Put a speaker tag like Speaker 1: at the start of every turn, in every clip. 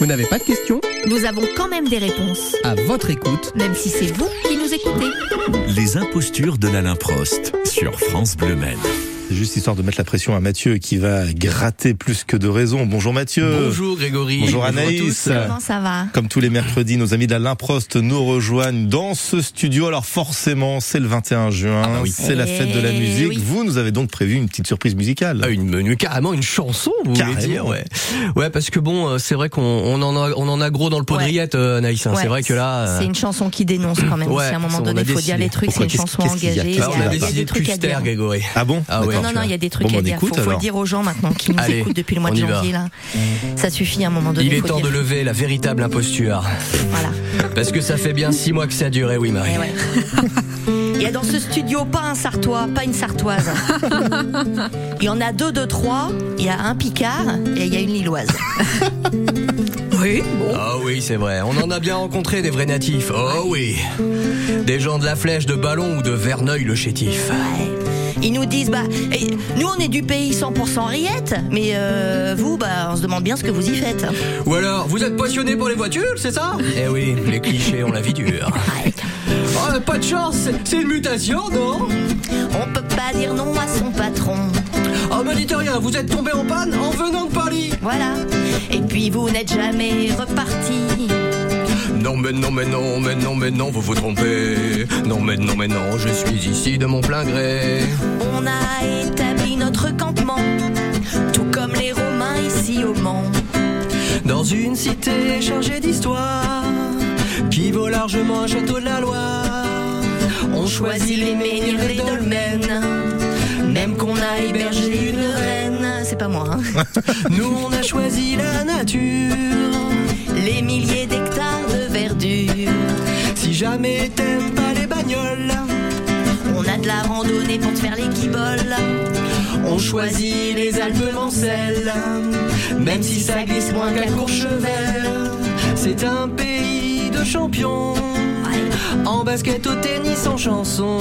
Speaker 1: Vous n'avez pas de questions
Speaker 2: Nous avons quand même des réponses,
Speaker 1: À votre écoute.
Speaker 2: même si c'est vous qui nous écoutez.
Speaker 3: Les impostures de l'Alain Prost sur France Bleu Maine.
Speaker 4: C'est juste histoire de mettre la pression à Mathieu qui va gratter plus que de raison. Bonjour Mathieu.
Speaker 5: Euh, Bonjour Grégory.
Speaker 4: Bonjour
Speaker 5: à
Speaker 4: Anaïs.
Speaker 5: tous.
Speaker 2: Comment ça va
Speaker 4: Comme tous les mercredis, nos amis d'Alain Prost nous rejoignent dans ce studio. Alors forcément, c'est le 21 juin,
Speaker 5: Ah bah oui.
Speaker 4: c'est la fête de la
Speaker 2: Eh
Speaker 4: musique.
Speaker 2: oui.
Speaker 4: Vous nous avez donc prévu une petite surprise musicale.
Speaker 5: Ah, une menu carrément une chanson vous
Speaker 4: Carrément.
Speaker 5: voulez dire ouais ouais parce que bon euh, c'est vrai qu'on on en a on en a gros dans le pot de
Speaker 2: Ouais.
Speaker 5: rillettes, euh, Anaïs hein. c'est
Speaker 2: Ouais,
Speaker 5: vrai que là euh,
Speaker 2: C'est une chanson qui dénonce quand même.
Speaker 5: Ouais,
Speaker 2: c'est à un moment
Speaker 5: on
Speaker 2: donné,
Speaker 5: a
Speaker 2: il faut dire
Speaker 5: décidé.
Speaker 2: les trucs. C'est
Speaker 4: Pourquoi
Speaker 2: une
Speaker 4: Qu'est-ce-
Speaker 2: chanson
Speaker 4: qu'est-ce qu'il y a
Speaker 2: engagée. Il y
Speaker 5: bah,
Speaker 2: a-
Speaker 5: on a
Speaker 2: il y a
Speaker 5: décidé
Speaker 2: des
Speaker 5: de
Speaker 2: trucs
Speaker 5: plus
Speaker 2: à dire.
Speaker 5: taire Grégory
Speaker 4: Ah bon
Speaker 5: Ah ouais.
Speaker 4: D'accord,
Speaker 2: Non,
Speaker 4: tu
Speaker 2: non,
Speaker 4: vois.
Speaker 2: il y a des trucs
Speaker 4: Bon,
Speaker 2: à
Speaker 4: on
Speaker 2: dire.
Speaker 4: écoute,
Speaker 2: faut, faut
Speaker 4: alors.
Speaker 2: le dire aux gens maintenant qui nous
Speaker 5: Allez,
Speaker 2: écoutent depuis le mois
Speaker 5: on
Speaker 2: de
Speaker 5: y va.
Speaker 2: janvier. Là. Ça suffit à un moment donné.
Speaker 5: il est
Speaker 2: faut
Speaker 5: temps de
Speaker 2: dire.
Speaker 5: lever la véritable imposture
Speaker 2: Voilà.
Speaker 5: parce que ça fait bien six mois que ça a duré oui Marie
Speaker 2: Eh ouais. Il y a dans ce studio pas un Sartois, pas une Sartoise. Il y en a deux de trois. Il y a un Picard et il y a une Lilloise. Oui, bon.
Speaker 5: Ah oui, c'est vrai. On en a bien rencontré des vrais natifs. Oh oui. Des gens de la flèche, de ballon ou de Verneuil le chétif.
Speaker 2: Ils nous disent bah eh, nous on est du pays 100% rillettes, mais euh, vous bah on se demande bien ce que vous y faites.
Speaker 5: Ou alors, vous êtes passionné pour les voitures, c'est ça Eh oui, les clichés ont la vie dure.
Speaker 2: Ouais.
Speaker 5: Oh, pas de chance, c'est- c'est une mutation, non
Speaker 2: On peut pas dire non à son patron.
Speaker 5: Oh, me dites rien, vous êtes tombé en panne en venant de Paris
Speaker 2: Voilà. Et puis vous n'êtes jamais reparti.
Speaker 5: Non, mais non, mais non, mais non, mais non, vous vous trompez. Non, mais non, mais non, je suis ici de mon plein gré.
Speaker 2: On a établi notre campement, tout comme les Romains ici au Mans.
Speaker 5: Dans une cité chargée d'histoire, qui vaut largement un château de la Loire.
Speaker 2: On choisit les menhirs, les dolmens, même qu'on a hébergé une reine. C'est pas moi. hein.
Speaker 5: Nous, on a choisi la nature.
Speaker 2: Les milliers d'hectares de verdure.
Speaker 5: Si jamais t'aimes pas les bagnoles,
Speaker 2: On a de la randonnée pour te faire les guiboles.
Speaker 5: on choisit les Alpes Mancelles. Même si ça glisse moins qu'à Courchevel, c'est un pays de champions. En basket, au tennis, en chanson.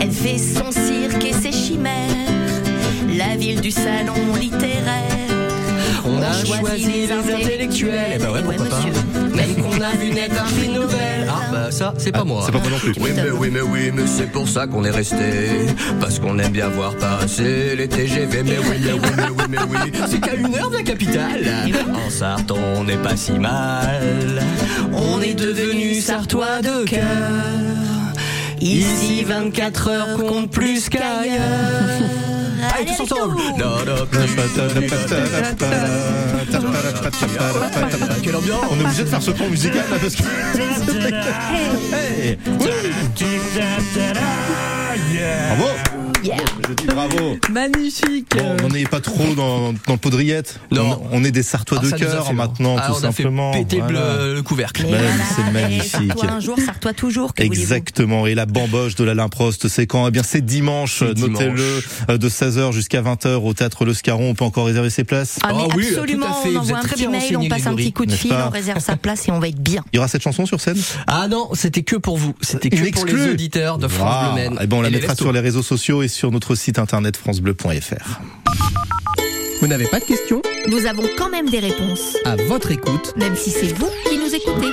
Speaker 2: Elle fait son cirque et ses chimères. La ville du salon littéraire.
Speaker 5: On a
Speaker 2: On choisit
Speaker 5: choisi
Speaker 2: les
Speaker 5: les intellectuels.
Speaker 2: intellectuels.
Speaker 5: Eh ben ouais,
Speaker 2: Ouais,
Speaker 5: pourquoi pas.
Speaker 2: monsieur.
Speaker 5: Même qu'on a vu naître un prix Nobel.
Speaker 2: Ah,
Speaker 5: bah ça, c'est pas moi.
Speaker 4: C'est pas moi non plus.
Speaker 5: Oui mais oui mais oui mais c'est pour ça qu'on est resté parce qu'on aime bien voir passer les TGV mais oui mais oui mais oui mais oui c'est qu'à une heure de la capitale en Sarthe on n'est pas si mal on est devenu Sartois de cœur ici 24 heures comptent plus qu'ailleurs
Speaker 2: Allez,
Speaker 5: tous
Speaker 2: avec
Speaker 5: ah, ensemble.
Speaker 2: nous.
Speaker 5: Non, non, plus. Quelle ambiance
Speaker 4: On est obligé de faire ce pont musical là parce que. Hey. Bravo
Speaker 2: Yeah.
Speaker 4: Je dis bravo
Speaker 6: Magnifique.
Speaker 4: Bon, on n'est pas trop dans, dans le pot de rillettes.
Speaker 5: Non.
Speaker 4: On, on est des sartois
Speaker 5: Ah,
Speaker 4: de
Speaker 5: ça nous a
Speaker 4: cœur
Speaker 5: fait mal.
Speaker 4: maintenant,
Speaker 5: Ah,
Speaker 4: tout
Speaker 5: on
Speaker 4: simplement.
Speaker 5: A fait péter
Speaker 4: Voilà.
Speaker 5: le, le couvercle.
Speaker 2: Mais
Speaker 4: Bah,
Speaker 2: voilà,
Speaker 4: c'est
Speaker 2: eh,
Speaker 4: magnifique.
Speaker 2: Sarre-toi un jour, sarre-toi toujours. que voulez-vous.
Speaker 4: Exactement. Et la bamboche de l'Alain Prost, c'est quand Eh bien, c'est dimanche.
Speaker 5: C'est dimanche.
Speaker 4: Notez-le euh, de 16h jusqu'à 20h au théâtre Le Scarron. On peut encore réserver ses places.
Speaker 2: Ah, mais
Speaker 5: Ah oui,
Speaker 2: absolument,
Speaker 5: tout à fait,
Speaker 2: on
Speaker 5: vous êtes
Speaker 2: envoie un
Speaker 5: très
Speaker 2: petit
Speaker 5: bien
Speaker 2: mail, on
Speaker 5: renseigné,
Speaker 2: passe un
Speaker 5: Grégory,
Speaker 2: petit coup de
Speaker 4: n'est-ce
Speaker 2: fil,
Speaker 4: pas
Speaker 2: on réserve sa place et on va être bien.
Speaker 4: Il y aura cette chanson sur scène
Speaker 5: Ah non, c'était que pour vous. C'était
Speaker 4: Une
Speaker 5: que pour les
Speaker 4: exclue.
Speaker 5: auditeurs de France
Speaker 4: Waouh.
Speaker 5: Bleu Maine.
Speaker 4: Eh ben, on la
Speaker 5: Et les
Speaker 4: mettra
Speaker 5: restos.
Speaker 4: sur les réseaux sociaux et sur notre site internet francebleu.fr.
Speaker 1: Vous n'avez pas de questions
Speaker 2: Nous avons quand même des réponses,
Speaker 1: À votre écoute.
Speaker 2: même si c'est vous qui nous écoutez.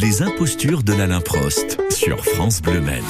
Speaker 3: Les impostures de l'Alain Prost sur France Bleu Maine.